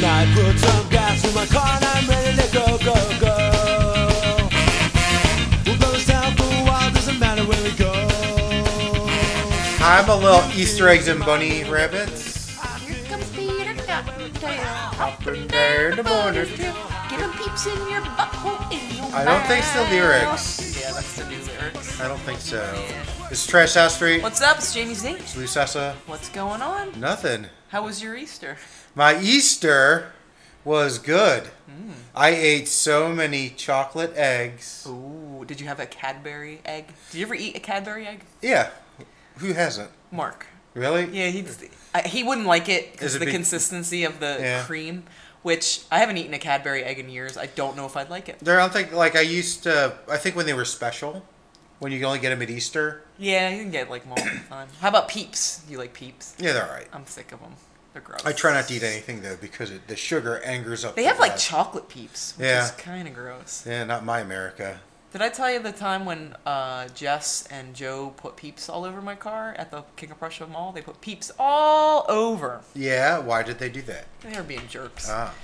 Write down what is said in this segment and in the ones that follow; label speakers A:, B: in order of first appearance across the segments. A: Now I put some gas in my car and I'm ready to go, go, go. We'll blow this town for a while, doesn't matter where we go.
B: I'm a little Easter eggs and bunny rabbits.
C: Here comes Peter Cottontail. Up
B: down
C: and down
B: the
C: the
B: border.
C: motor trail. Give him peeps in your butthole in your
B: I don't think it's the
C: mouth.
B: lyrics.
D: Yeah, that's the new lyrics.
B: I don't think so. It's Trash House Street.
D: What's up? It's Jamie Z.
B: Lou Sessa.
D: What's going on?
B: Nothing.
D: How was your Easter?
B: My Easter was good.
D: Mm.
B: I ate so many chocolate eggs.
D: Ooh, did you have a Cadbury egg? Did you ever eat a Cadbury egg?
B: Yeah. Who hasn't?
D: Mark.
B: Really?
D: Yeah, he I, he wouldn't like it
B: Is
D: because
B: it
D: of the
B: big-
D: consistency of the
B: Yeah.
D: cream, which I haven't eaten a Cadbury egg in years. I don't know if I'd like it.
B: There, I don't think, like, I used to, I think when they were special, when you could only get them at Easter.
D: Yeah, you can get like them all the time. How about Peeps? Do you like Peeps?
B: Yeah, they're alright.
D: I'm sick of them. They're gross.
B: I try not to eat anything, though, because it, the sugar angers up.
D: They
B: the
D: have like
B: blood.
D: chocolate Peeps, which
B: Yeah.
D: is kind of gross.
B: Yeah, not my America.
D: Did I tell you the time when uh, Jess and Joe put Peeps all over my car at the King of Prussia Mall? They put Peeps all over.
B: Yeah, why did they do that?
D: They were being jerks.
B: Ah.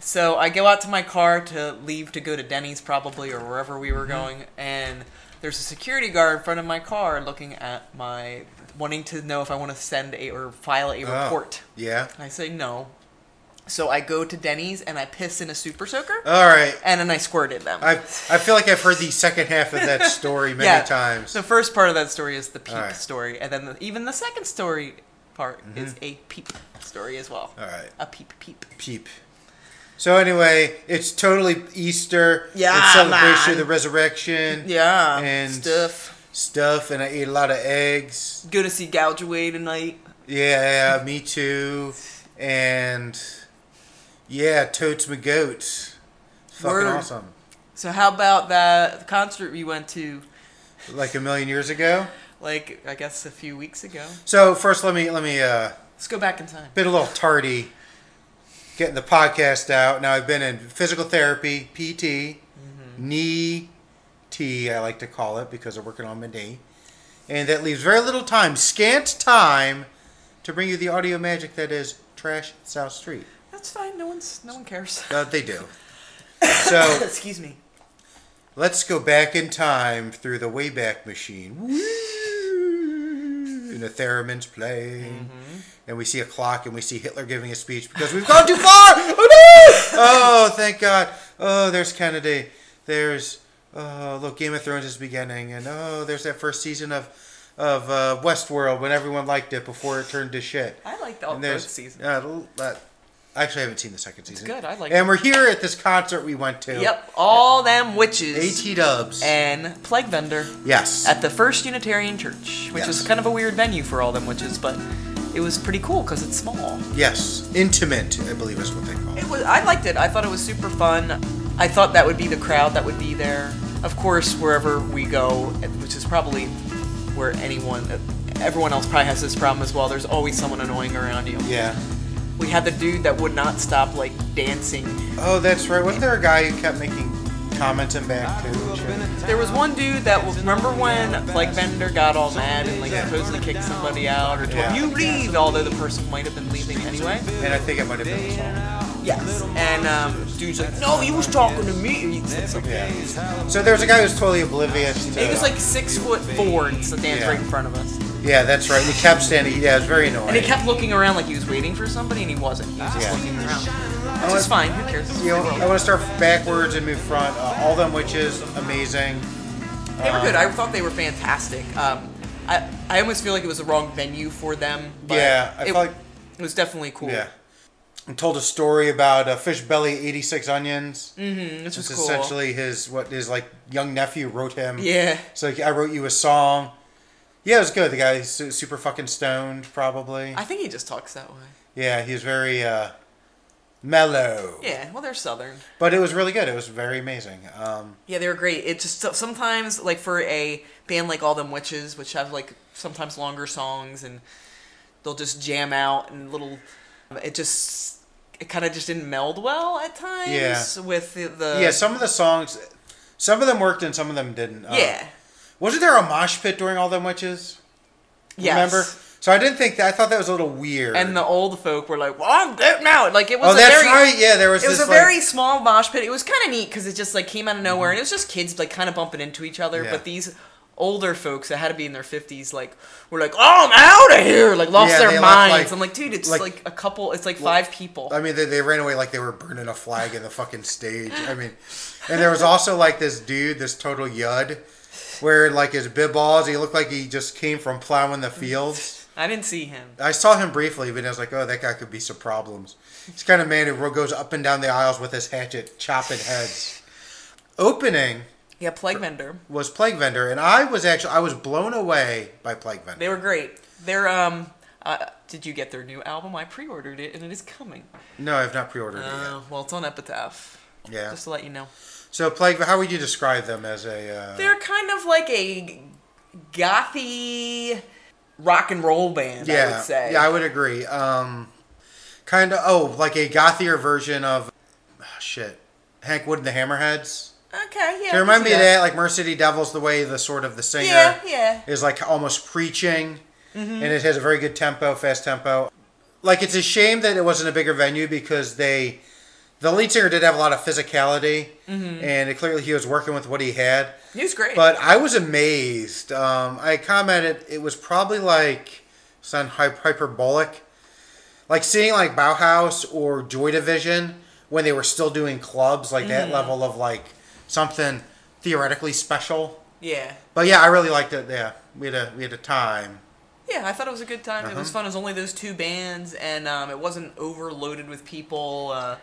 D: So I go out to my car to leave to go to Denny's probably or wherever we were going, and there's a security guard in front of my car looking at my wanting to know if I want to send a or file a
B: Oh,
D: report.
B: Yeah.
D: And I say no. So I go to Denny's and I piss in a super soaker
B: All right.
D: and then I squirted them.
B: Ah. I I feel like I've heard the second half of that story many times.
D: The first part of that story is the peep
B: All right. Mm-hmm.
D: story, and then the, even the second story part is a peep story as well.
B: All right.
D: A peep peep.
B: Peep. So anyway, it's totally Easter.
D: Yeah,
B: It's celebration of
D: man.
B: the resurrection.
D: Yeah.
B: And
D: stuff.
B: Stuff, and I ate a lot of eggs.
D: Go to see Gougeway tonight.
B: Yeah, me too. And yeah, totes my goats. Fucking
D: Word.
B: awesome.
D: So how about that concert we went to,
B: Like a million years ago.
D: like I guess a few weeks ago?
B: So first, let me let me uh,
D: Let's go back in time.
B: been a little tardy getting the podcast out. Now I've been in physical therapy, PT, knee T, I like to call it because I'm working on my knee, and that leaves very little time, scant time, to bring you the audio magic that is Trash South Street.
D: That's fine. No one's no one cares.
B: Uh, they do. So
D: Excuse me.
B: let's go back in time through the Wayback Machine. Woo! And the theremin's playing. And we see a clock and we see Hitler giving a speech because we've gone too far! Oh, no! oh thank God. Oh, there's Kennedy. There's, oh, look, Game of Thrones is beginning. And oh, there's that first season of, of uh, Westworld when everyone liked it before it turned to shit.
D: I liked all
B: And there's-
D: both seasons.
B: uh, l- uh, actually, I haven't seen the second season.
D: good. I like
B: And we're here at this concert we went to.
D: Yep, all them witches
B: AT Dubs.
D: and plague vendor
B: Yes.
D: at the First Unitarian Church, which
B: Yes.
D: was kind of a weird venue for all them witches, but it was pretty cool because it's small.
B: yes. Intimate, I believe is what they call it.
D: It was. I liked it. I thought it was super fun. I thought that would be the crowd that would be there. Of course, wherever we go, eh, which is probably where anyone, eh, everyone else probably has this problem as well. There's always someone annoying around you.
B: Yeah.
D: We had the dude that would not stop like dancing.
B: Oh, that's right. Wasn't there a guy who kept making comments and back to and shit?
D: There was one dude that remember when Plague Bender got all mad and like supposedly kicked somebody out or told
B: Yeah.
D: him, you leave, although the person might have been leaving anyway.
B: And I think it might have been the song.
D: Yes. And um, dude's like, no, he was talking to me. He said something.
B: Yeah. So there's a guy who's totally oblivious to.
D: He was like six foot four and so danced
B: Yeah.
D: right in front of us.
B: Yeah, that's right. We kept standing. Yeah, it was very annoying.
D: And he kept looking around like he was waiting for somebody and he wasn't. He was just
B: Yeah.
D: looking around.
B: Oh,
D: Which
B: it's-
D: is fine, who cares? It's
B: You know,
D: the world.
B: I want to start backwards and move front. Uh, all them witches, amazing.
D: They were good. I thought they were fantastic. Um, I, I almost feel like it was the wrong venue for them. But
B: Yeah, I
D: it,
B: felt like-
D: it was definitely cool.
B: Yeah. And told a story about uh, fish belly, eighty six onions.
D: And This was
B: It's
D: Mm, cool.
B: essentially his what his like young nephew wrote him.
D: Yeah.
B: So like, I wrote you a song. Yeah, it was good. The guy's su- super fucking stoned, probably.
D: I think he just talks that way.
B: yeah, he was very uh, mellow.
D: Yeah, well, they're Southern.
B: But it was really good. It was very amazing. Um,
D: Yeah, they were great. It just so- sometimes, like for a band like All Them Witches, which have like sometimes longer songs, and they'll just jam out and little. It just it kind of just didn't meld well at times.
B: Yeah.
D: With the, the
B: yeah, some of the songs, some of them worked and some of them didn't. Uh,
D: yeah
B: Wasn't there a mosh pit during All Them Witches?
D: Yes.
B: Remember? So I didn't think that. I thought that was a little weird.
D: and the old folk were like, "Well, I'm dead now." Like it was
B: oh,
D: a
B: that's
D: very
B: right. Yeah, there was.
D: it was a
B: this, like-
D: very small mosh pit. It was kind of neat because it just like came out of nowhere, and it was just kids like kind of bumping into each other.
B: Yeah.
D: But these older folks that had to be in their fifties, like, were like, "Oh, I'm out of here!" Like lost
B: Yeah, they
D: their
B: left,
D: minds.
B: like-
D: I'm like, dude, it's
B: like- uh,
D: like, a couple. It's like five people.
B: I mean, they, they ran away like they were burning a flag in the fucking stage. I mean, and there was also like this dude, this total yud, wearing like his bib balls. He looked like he just came from plowing the fields.
D: I didn't see him.
B: I saw him briefly, but I was like, oh, that guy could be some problems. He's the kind of man who goes up and down the aisles with his hatchet, chopping heads. Opening
D: Yeah, Plague Mender.
B: was Plague Vendor, and I was actually I was blown away by Plague Vendor.
D: They were great. They're um. Uh, did you get their new album? I pre-ordered it, and it is coming.
B: No, I've not pre-ordered
D: Uh, well, it's on Epitaph.
B: it yet. Yeah.
D: Just to let you know.
B: So Plague, how would you describe them as a? Uh,
D: They're kind of like a gothy rock and roll band,
B: yeah,
D: I would say.
B: Yeah, I would agree. Um, kind of. Oh, like a gothier version of ah, shit. Hank Wood and the Hammerheads.
D: okay, yeah.
B: They
D: I
B: remind
D: can
B: me
D: see
B: of that, like Mercy Devils, the way the sort of the singer
D: Yeah, yeah. Mm-hmm.
B: is like almost preaching, and it has a very good tempo, fast tempo. Like it's a shame that it wasn't a bigger venue because they, the lead singer did have a lot of physicality,
D: Mm-hmm.
B: and it clearly he was working with what he had.
D: He was great.
B: But I was amazed. Um, I commented it was probably like sound hy- hyperbolic, like seeing like Bauhaus or Joy Division when they were still doing clubs, like that level of like something theoretically special.
D: yeah.
B: But yeah, I really liked it. Yeah, we had a we had a time.
D: Yeah, I thought it was a good time. It
B: Uh-huh.
D: was fun. It was only those two bands, and um, it wasn't overloaded with people. Uh,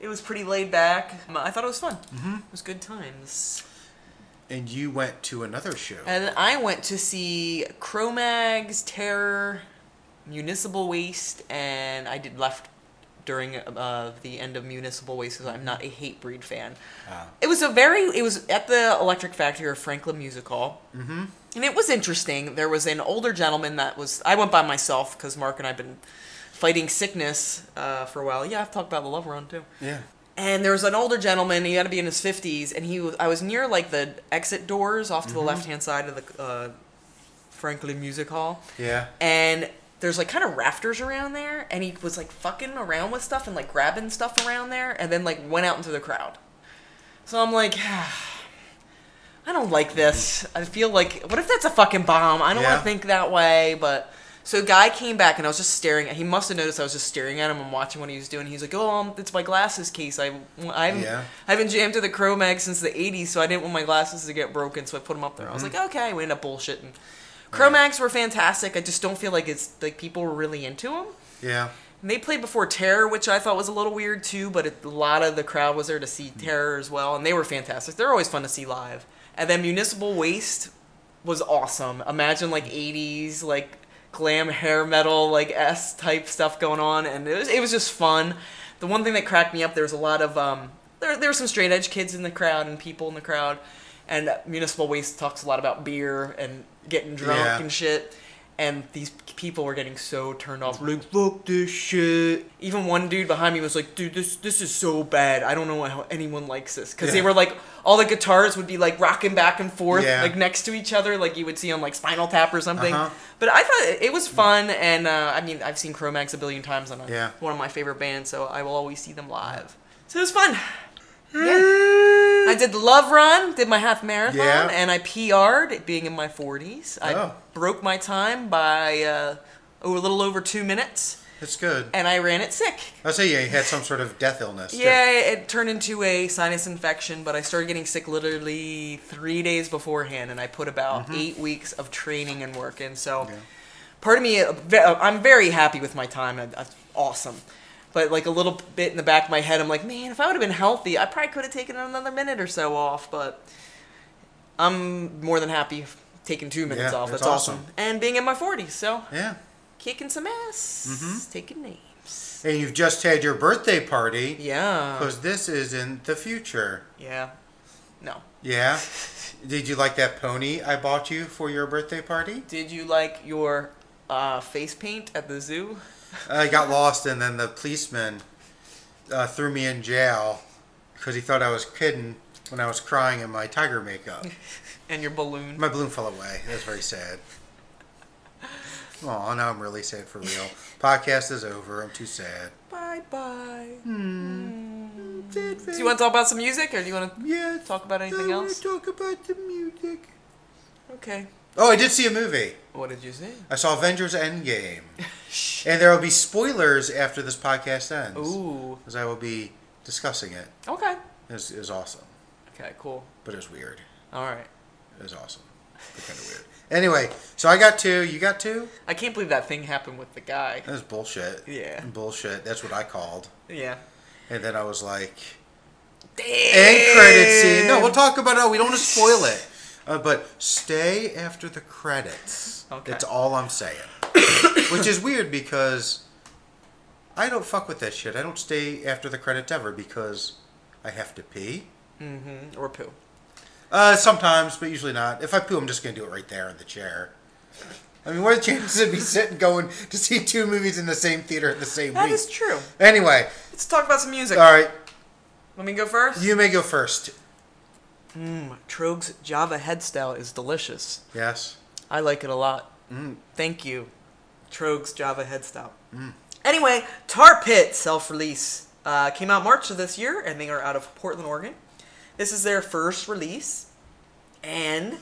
D: it was pretty laid back. Um, I thought it was fun. Mm-hmm. It was good times.
B: And you went to another show.
D: And I went to see Cro-Mags, Terror, Municipal Waste, and I did left during uh, the end of Municipal Waste because I'm not a hate breed fan. It was a very. It was at the Electric Factory or Franklin Music Hall. Mm-hmm. And it was interesting. There was an older gentleman that was. I went by myself because Mark and I've been fighting sickness uh, for a while. Yeah, I've talked about the Love Run too
B: yeah.
D: and there was an older gentleman he had to be in his 50s and he was i was near like the exit doors off to the left hand side of the uh, franklin music hall
B: Yeah.
D: and there's like kind of rafters around there and he was like fucking around with stuff and like grabbing stuff around there and then like went out into the crowd so i'm like i don't like this i feel like what if that's a fucking bomb i don't want
B: Yeah.
D: to think that way but so a guy came back and i was just staring at he must have noticed i was just staring at him and watching what he was doing he's like oh um, it's my glasses case i, I, haven't,
B: Yeah.
D: I haven't jammed to the cro-mag since the 80s so i didn't want my glasses to get broken so i put them up there i was like okay we end up bullshitting Chromags were fantastic. I just don't feel like it's like people were really into them.
B: Yeah.
D: And they played before Terror, which I thought was a little weird too, but it, a lot of the crowd was there to see Terror as well, and they were fantastic. They're always fun to see live. And then Municipal Waste was awesome. Imagine like 80s, like glam hair metal, like S type stuff going on, and it was, it was just fun. The one thing that cracked me up, there was a lot of, um, there, there were some straight edge kids in the crowd and people in the crowd, and Municipal Waste talks a lot about beer and getting drunk
B: Yeah.
D: and shit. And these people were getting so turned off. Like, fuck this shit. Even one dude behind me was like, dude, this this is so bad. I don't know how anyone likes this. Because they
B: Yeah.
D: were like, all the guitars would be like rocking back and forth,
B: Yeah.
D: like next to each other, like you would see on like Spinal Tap or something.
B: Uh-huh.
D: But I thought it- it was fun. And uh, I mean, I've seen Chromax a billion times, and I'm
B: Yeah.
D: one of my favorite bands, so I will always see them live. So it was fun. I did the love run, did my half marathon,
B: Yeah.
D: and I PR'd being in my 40s. I
B: Oh.
D: broke my time by uh, oh, a little over two minutes,
B: It's good.
D: and I ran it sick.
B: I say yeah, he had some sort of death illness. too.
D: Yeah, it turned into a sinus infection, but I started getting sick literally three days beforehand, and I put about
B: Mm-hmm.
D: eight weeks of training and work in. So, part of me, uh, ve- uh, I'm very happy with my time. I- That's awesome. But like a little bit in the back of my head, I'm like, man, if I would have been healthy, I probably could have taken another minute or so off. But I'm more than happy taking two minutes
B: Yeah,
D: off.
B: that's
D: That's, awesome.
B: awesome.
D: And being in my 40s, so
B: Yeah. Mm-hmm.
D: kicking some ass, taking names.
B: And you've just had your birthday party.
D: Yeah.
B: Because this is in the future.
D: Yeah. No.
B: Yeah. Did you like that pony I bought you for your birthday party?
D: Did you like your uh, face paint at the zoo?
B: I Uh, got lost, and then the policeman uh, threw me in jail because he thought I was kidding when I was crying in my tiger makeup.
D: And your balloon?
B: My balloon fell away. That's very sad. Oh, now I'm really sad for real. Podcast is over. I'm too sad.
D: Bye bye. Hmm. Do you want to talk about some music, or do you want to?
B: Yeah.
D: Talk about anything
B: I wanna
D: else?
B: Talk about the music.
D: Okay.
B: Oh, I did see a movie.
D: What did you see?
B: I saw Avengers Endgame. and there will be spoilers after this podcast ends.
D: Ooh.
B: Because I will be discussing it.
D: Okay.
B: It was, it was awesome.
D: Okay. Cool.
B: But it was weird.
D: All right.
B: It was awesome. But kind of weird. Anyway, so I got two. You got two?
D: I can't believe that thing happened with the guy.
B: That was bullshit.
D: Yeah.
B: Bullshit. That's what I called.
D: Yeah. Eh?
B: And then I was like,
D: Damn.
B: end credit scene. No, we'll talk about it. We don't want to spoil it. Uh, but stay after the credits.
D: Okay.
B: That's all I'm saying. Which is weird because I don't fuck with that shit. I don't stay after the credits ever because I have to pee.
D: Or poo.
B: Uh, sometimes, but usually not. If I poo, I'm just gonna do it right there in the chair. I mean, what are the chances of me sitting going to see two movies in the same theater at the same
D: That
B: week?
D: is true.
B: Anyway,
D: Let's talk about some music.
B: all right,
D: Let me go first.
B: you may go first.
D: Trogue's Java head style is delicious.
B: Yes.
D: I like it a lot. Thank you, Trogues Java Head Stop. Anyway, Tar Pit self release uh, came out March of this year, and they are out of Portland, Oregon. This is their first release, and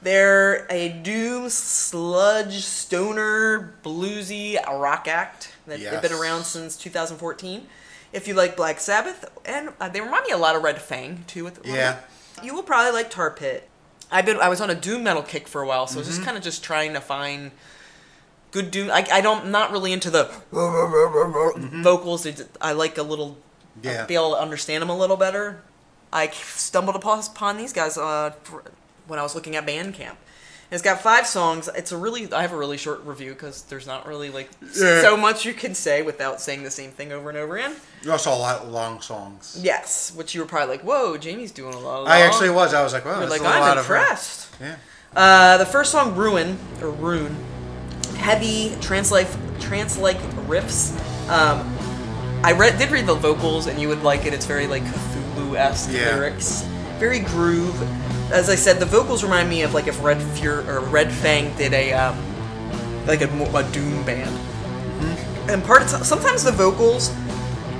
D: they're a doom sludge stoner bluesy rock act that they've
B: Yes.
D: been around since 2014. If you like Black Sabbath, and uh, they remind me a lot of Red Fang too. With
B: Yeah.
D: you will probably like Tar Pit. I've been I was on a doom metal kick for a while, so I was
B: Mm-hmm.
D: just kind of just trying to find good doom. I I don't I'm not really into the vocals. It's- I like a little
B: Mm-hmm. Yeah.
D: be able to understand them a little better. I stumbled upon upon these guys uh, for- when I was looking at Bandcamp. And It's got five songs. It's a really I have a really short review because there's not really like
B: Yeah.
D: so much you can say without saying the same thing over and over again.
B: You also a lot of long songs.
D: Yes, which you were probably like, "Whoa, Jamie's doing a lot of."
B: I
D: long."
B: actually was. I was like, wow,
D: You're
B: that's
D: like
B: a lot
D: I'm
B: of her."
D: impressed.
B: Yeah.
D: Uh, the first song, Ruin or Rune, heavy trance-like trance-like riffs. Um, I read did read the vocals, and you would like it. It's very like Cthulhu-esque
B: Yeah.
D: lyrics, very groove. As I said, the vocals remind me of like if Red Fury or Red Fang did a um, like a, mo- a doom band.
B: Mm-hmm.
D: And part of, sometimes the vocals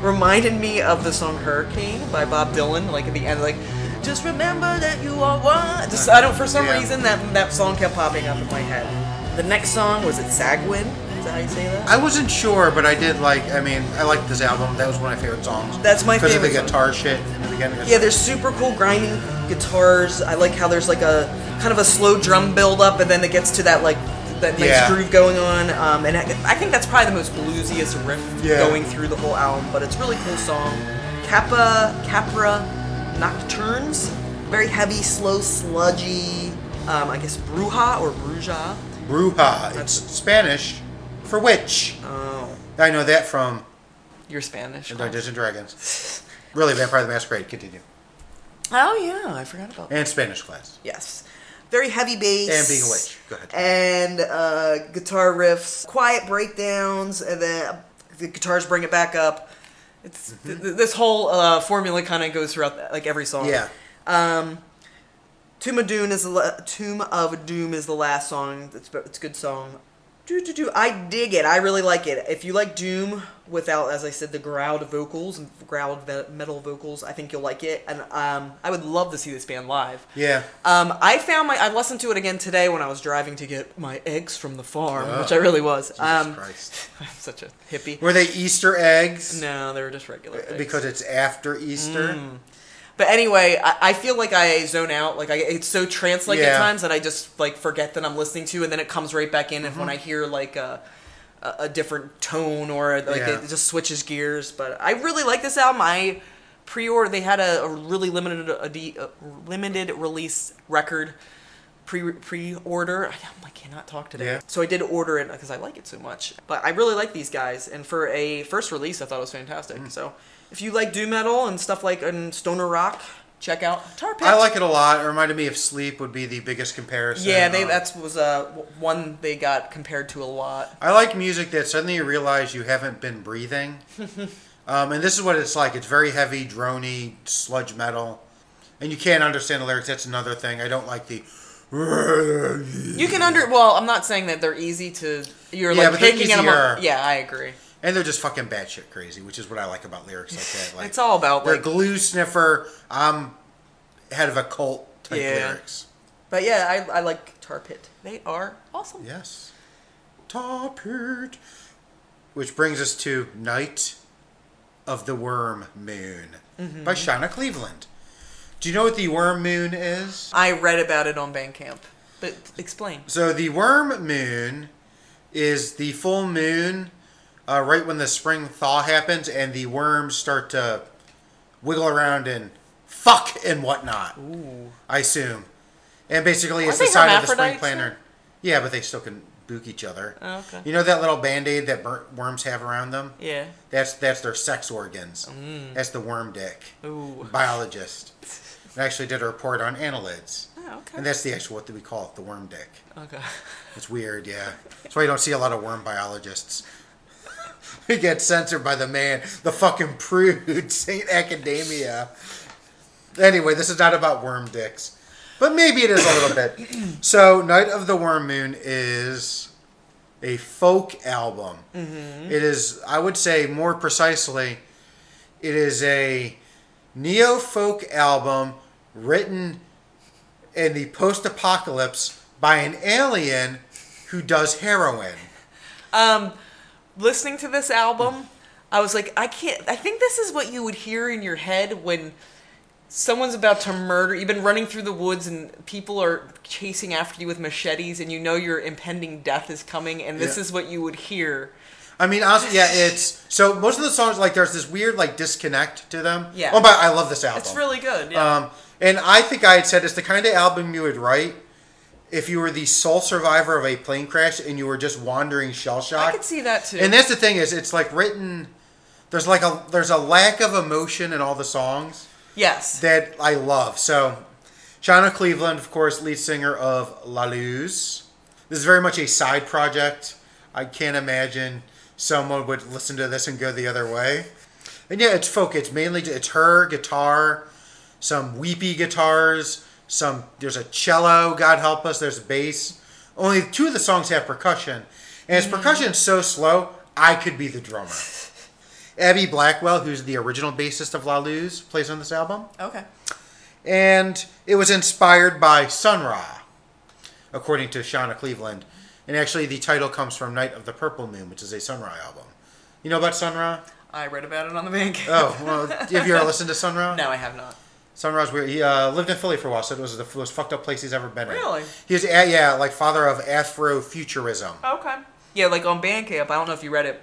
D: reminded me of the song Hurricane by Bob Dylan, like at the end, like just remember that you are one. Just I don't for some
B: Yeah.
D: reason that that song kept popping up in my head. The next song was it Sagwin? Is that how you say that?
B: I wasn't sure, but I did like. I mean, I liked this album. That was one of my favorite songs.
D: That's my
B: Because of the
D: favorite song.
B: guitar shit in the beginning.
D: Yeah, there's super cool grinding guitars. I like how there's like a kind of a slow drum build up, and then it gets to that like that nice
B: Yeah.
D: groove going on. Um, and I, I think that's probably the most bluesiest riff
B: Yeah.
D: going through the whole album. But it's a really cool song. Kappa Capra Nocturnes, very heavy, slow, sludgy. Um, I guess Bruja or Bruja.
B: Bruja. It's Spanish for witch.
D: Oh,
B: I know that from
D: you're Spanish.
B: Dungeons and Dragons. Really, Vampire the Masquerade. Continue.
D: Oh yeah, I forgot about that.
B: And Spanish class.
D: Yes. Very heavy bass.
B: And being a witch. Go ahead.
D: And uh, guitar riffs, quiet breakdowns, and then the guitars bring it back up. It's
B: Mm-hmm.
D: th- th- this whole uh, formula kind of goes throughout like every song.
B: Yeah.
D: Tomb of Doom is the la- Tomb of Doom is the last song. It's it's a good song. Do do do. I dig it. I really like it. If you like Doom without, as I said, the growled vocals and growled ve- metal vocals, I think you'll like it. And um, I would love to see this band live.
B: Yeah.
D: Um, I found my. I listened to it again today when I was driving to get my eggs from the farm,
B: Oh.
D: which I really was. um,
B: Christ.
D: I'm such a hippie.
B: Were they Easter eggs?
D: No, Mm. they were just regular. Eggs.
B: Uh, Because it's after Easter.
D: but anyway, I, I feel like I zone out. Like I, it's so trance like
B: Yeah.
D: at times that I just like forget that I'm listening to, and then it comes right back in. If
B: Mm-hmm.
D: when I hear like a, a, a different tone or like
B: Yeah.
D: it just switches gears. But I really like this album. I pre-order. They had a, a really limited a, D- a limited release record pre pre order. I, I cannot talk today.
B: Yeah.
D: So I did order it because I like it so much. But I really like these guys, and for a first release, I thought it was fantastic.
B: Mm.
D: So if you like doom metal and stuff like and stoner rock, check out Tar Pit.
B: I like it a lot. It reminded me of Sleep would be the biggest comparison.
D: Yeah, they
B: Um,
D: that's was uh, w- one they got compared to a lot.
B: I like music that suddenly you realize you haven't been breathing. um, and this is what it's like. It's very heavy, drony, sludge metal. And you can't understand the lyrics. That's another thing. I don't like the and
D: You can under. Well, I'm not saying that they're easy to. You're
B: Yeah,
D: like
B: but they're
D: picking them up.
B: easier.
D: Yeah, I agree.
B: they're just fucking batshit crazy, which is what I like about lyrics like that. Like
D: It's all about
B: they're
D: like.
B: glue sniffer. I'm head of a cult type
D: Yeah.
B: lyrics.
D: but yeah, I, I like Tar Pit. They are awesome.
B: Yes. Top hurt. Which brings us to Night of the Worm Moon by Shauna Cleveland. Do you know what the Worm Moon is?
D: I read about it on Bandcamp, but explain.
B: So the Worm Moon is the full moon uh, right when the spring thaw happens and the worms start to wiggle around and fuck and whatnot. I assume. And basically, it's
D: Aren't
B: the
D: they
B: sign of the spring
D: hermaphrodites?
B: planner. Yeah, but they still can book each other.
D: Oh, okay.
B: You know that little band aid that bur- worms have around them?
D: Yeah. Mm.
B: That's that's their sex organs. That's the worm dick.
D: Ooh.
B: Biologist. I actually did a report on annelids.
D: Oh, okay.
B: And that's the actual what do we call it? The worm dick.
D: Okay.
B: It's weird, yeah. That's why you don't see a lot of worm biologists. we get censored by the man, the fucking prude, Saint Academia. Anyway, this is not about worm dicks, but maybe it is a little bit. So, Night of the Worm Moon is a folk album. It is, I would say, more precisely, it is a neo folk album written in the post apocalypse by an alien who does heroin.
D: Listening to this album, I was like, I can't. I think this is what you would hear in your head when someone's about to murder. You've been running through the woods and people are chasing after you with machetes, and you know your impending death is coming, and this
B: Yeah.
D: is what you would hear.
B: I mean, honestly, yeah, it's so most of the songs like there's this weird like disconnect to them.
D: Yeah.
B: Oh, but I love this album.
D: It's really good. Yeah.
B: Um, and I think I had said it's the kind of album you would write if you were the sole survivor of a plane crash and you were just wandering shell
D: I
B: shocked.
D: could see that too.
B: And that's the thing is, it's like written. There's like a there's a lack of emotion in all the songs.
D: yes.
B: that I love. So, Shauna Cleveland, of course, lead singer of La Luz. This is very much a side project. I can't imagine someone would listen to this and go the other way. And yeah, it's folk. It's mainly it's her guitar, some weepy guitars, some there's a cello. God help us. There's a bass. Only two of the songs have percussion, and its percussion is so slow. I could be the drummer. Abby Blackwell, who's the original bassist of La Luz, plays on this album
D: okay.
B: and it was inspired by Sun Ra, according to Shauna Cleveland. And actually, the title comes from Night of the Purple Moon, which is a Sun Ra album. You know about Sun Ra?
D: I read about it on the Bandcamp.
B: Oh, well, have you ever listened to Sun Ra?
D: No, I have not.
B: Sun Ra's weird. He uh, lived in Philly for a while, so it was the most fucked up place he's ever been in.
D: Really?
B: He was, uh, yeah, like father of Afrofuturism.
D: Okay. Yeah, like on Bandcamp, I don't know if you read it.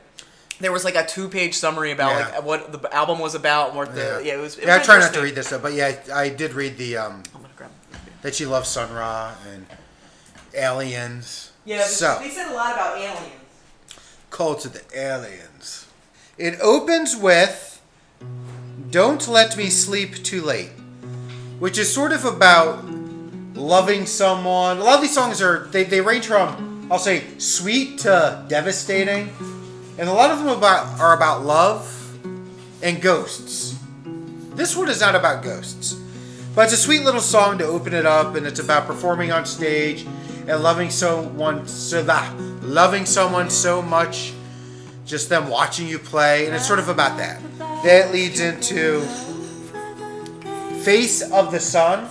D: There was like a two-page summary about
B: Yeah.
D: like what the album was about and what the Oh, yeah, it was. It
B: yeah, I
D: was
B: try not to
D: interesting.
B: read this, though, but yeah, I, I did read the um,
D: I'm gonna grab.
B: that she loves Sun Ra and aliens.
D: Yeah, but
B: so.
D: they said a lot about aliens.
B: Call to the Aliens. It opens with Don't Let Me Sleep Too Late, which is sort of about loving someone. A lot of these songs are, they, they range from, I'll say, sweet to devastating. And a lot of them about, are about love and ghosts. This one is not about ghosts. But it's a sweet little song to open it up, and it's about performing on stage and loving someone so that loving someone so much, just them watching you play, and it's sort of about that. That leads into "Face of the Sun,"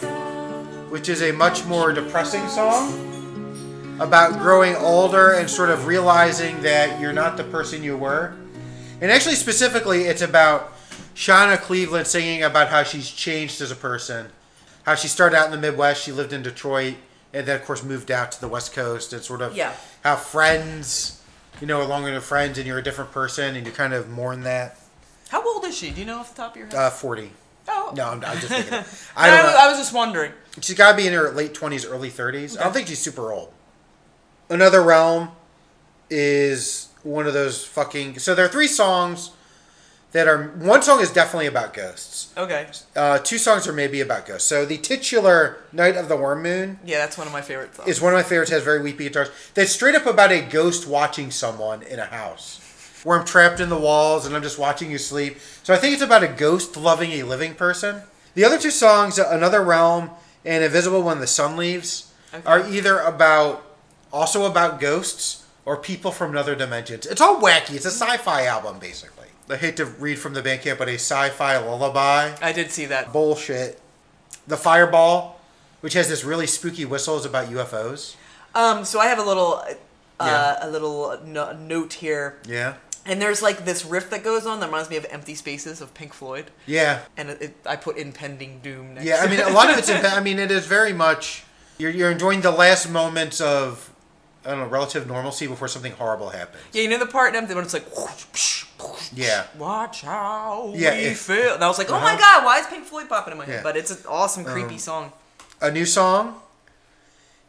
B: which is a much more depressing song about growing older and sort of realizing that you're not the person you were. And actually, specifically, it's about Shauna Cleveland singing about how she's changed as a person. How she started out in the Midwest, she lived in Detroit, and then, of course, moved out to the West Coast, and sort of
D: Yeah.
B: how friends, you know, along with your friends, and you're a different person, and you kind of mourn that.
D: How old is she? Do you know off the top of your head?
B: Uh, 40.
D: oh
B: No, I'm, I'm just making it.
D: I,
B: I don't
D: was,
B: know.
D: I was just wondering.
B: She's got to be in her late 20s, early 30s. I don't think she's super old. Another Realm is one of those fucking. So there are three songs that are. One song is definitely about ghosts.
D: Okay.
B: Uh, two songs are maybe about ghosts. So the titular Night of the Worm Moon
D: Yeah, that's one of my favorite songs.
B: is one of my favorites. Has very weepy guitars. That's straight up about a ghost watching someone in a house, where I'm trapped in the walls and I'm just watching you sleep. So I think it's about a ghost loving a living person. The other two songs, Another Realm and Invisible When the Sun Leaves, are either about also about ghosts or people from another dimensions. It's all wacky. It's a sci-fi album basically. I hate to read from the Bandcamp, but a sci-fi lullaby
D: I did see that.
B: bullshit. The fireball, which has this really spooky whistle, is about UFOs.
D: Um, so I have a little, uh,
B: Yeah.
D: a little no- note here,
B: Yeah.
D: and there's like this riff that goes on that reminds me of "Empty Spaces" of Pink Floyd,
B: Yeah.
D: and it, it, I put "Impending Doom." Next
B: Yeah, I mean, a lot of it's. I mean, it is very much. You're, you're enjoying the last moments of, I don't know, relative normalcy before something horrible happens.
D: Yeah, you know the part in Empty when it's like,
B: Yeah.
D: watch how
B: Yeah,
D: we
B: it-
D: feel, and I was like, oh my
B: Uh-huh.
D: god, why is Pink Floyd popping in my head?
B: Yeah. Um,
D: But it's an awesome, creepy song.
B: A new song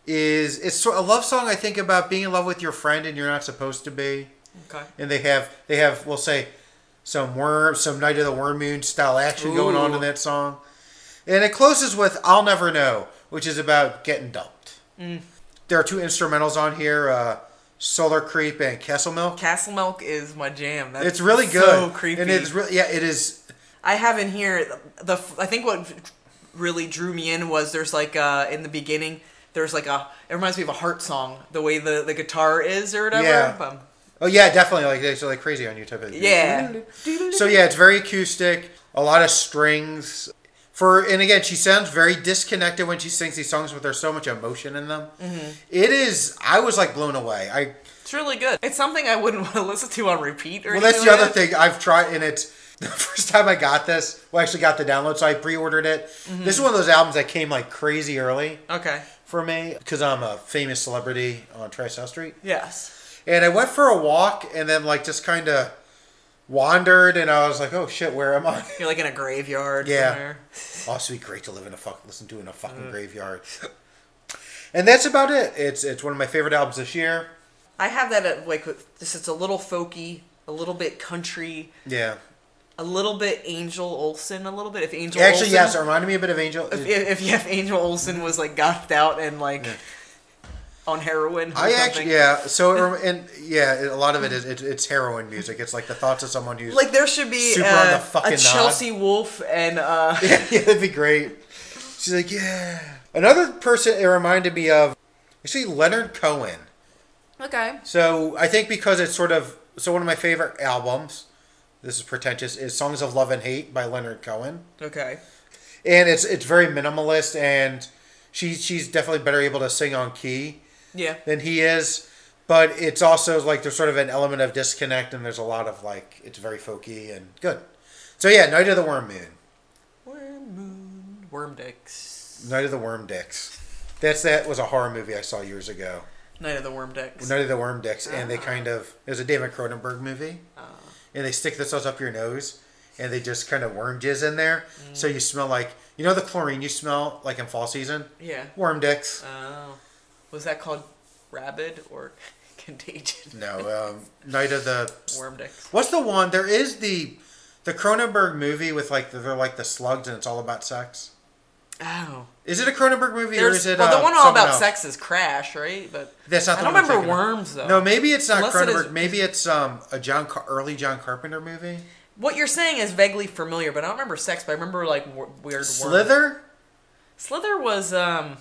B: is it's sort- a love song. I think about being in love with your friend and you're not supposed to be.
D: Okay.
B: And they have they have we'll say some worm some night of the worm moon style action going on
D: Ooh.
B: in that song. And it closes with "I'll Never Know," which is about getting dumped.
D: Mm.
B: There are two instrumentals on here: uh, "Solar Creep" and "Castle Milk."
D: Castle Milk is my jam. That's
B: It's really good.
D: So creepy.
B: And it's really yeah, it is
D: I have in here the f- I think what really drew me in was there's like uh in the beginning there's like a it reminds me of a heart song the way the the guitar is or whatever.
B: Yeah.
D: Um,
B: Oh yeah, definitely like it's like crazy on YouTube.
D: yeah.
B: So yeah, it's very acoustic, a lot of strings. For and again, she sounds very disconnected when she sings these songs, but there's so much emotion in them. It is. I was like blown away. I
D: It's really good. It's something I wouldn't want to listen to on repeat or
B: well, that's
D: anything
B: the
D: like
B: other
D: that.
B: thing I've tried, and it's the first time I got this. Well, I actually got the download, so I pre-ordered it. This is one of those albums that came like crazy early
D: Okay.
B: for me because I'm a famous celebrity on Tri South Street.
D: Yes.
B: And I went for a walk and then like just kind of wandered and I was like, oh shit, where am I?
D: You're like in a graveyard
B: Yeah.
D: somewhere.
B: also be great to live in a fuck listen to in a fucking graveyard. And that's about it. It's it's one of my favorite albums this year.
D: I have that at like with- this it's a little folky, a little bit country,
B: Yeah.
D: a little bit Angel Olsen, a little bit if Angel
B: Actually,
D: Olsen,
B: yes, it reminded me a bit of Angel.
D: if, if, if Angel Olsen was like goughed out and like on heroin. Or
B: I
D: something.
B: actually yeah. So it rem- and yeah, it- a lot of it is it's it's heroin music. It's like the thoughts of someone who's
D: Like there should be
B: Super
D: uh,
B: on the fucking
D: a
B: nod.
D: Chelsea Wolf and uh,
B: yeah, that'd be great. She's like, yeah. Another person it reminded me of actually Leonard Cohen.
D: okay,
B: So I think because it's sort of so one of my favorite albums, this is pretentious, is Songs of Love and Hate by Leonard Cohen,
D: okay,
B: and it's it's very minimalist, and she she's definitely better able to sing on key
D: yeah,
B: than he is, but it's also like there's sort of an element of disconnect, and there's a lot of like it's very folky and good. So yeah, Night of the Worm Moon,
D: Worm Moon, Worm Dicks,
B: Night of the Worm Dicks. That's that was a horror movie I saw years ago.
D: Night of the Worm Dicks.
B: Night of the Worm Dicks, and they kind of it was a David Cronenberg movie,
D: Oh.
B: and they stick themselves up your nose, and they just kind of worm jizz in there, so
D: Mm.
B: you smell like you know the chlorine you smell like in fall season.
D: Yeah.
B: Worm dicks.
D: Oh, was that called Rabid or Contagion?
B: no, um, Night of the.
D: Worm Dicks.
B: What's the one? There is the the Cronenberg movie with like the, they're like the slugs, and it's all about sex.
D: Oh,
B: Is it a Cronenberg movie or
D: there's
B: is it?
D: well,
B: uh,
D: the one all
B: someone
D: about
B: else?
D: sex is Crash, right? But
B: That's not. The
D: I don't
B: one I'm
D: remember
B: thinking of.
D: worms though.
B: No, maybe it's not
D: Unless it
B: Cronenberg.
D: is-
B: maybe it's um a John Car- early John Carpenter movie.
D: What you're saying is vaguely familiar, but I don't remember sex. But I remember like w- weird worm.
B: Slither.
D: Slither was um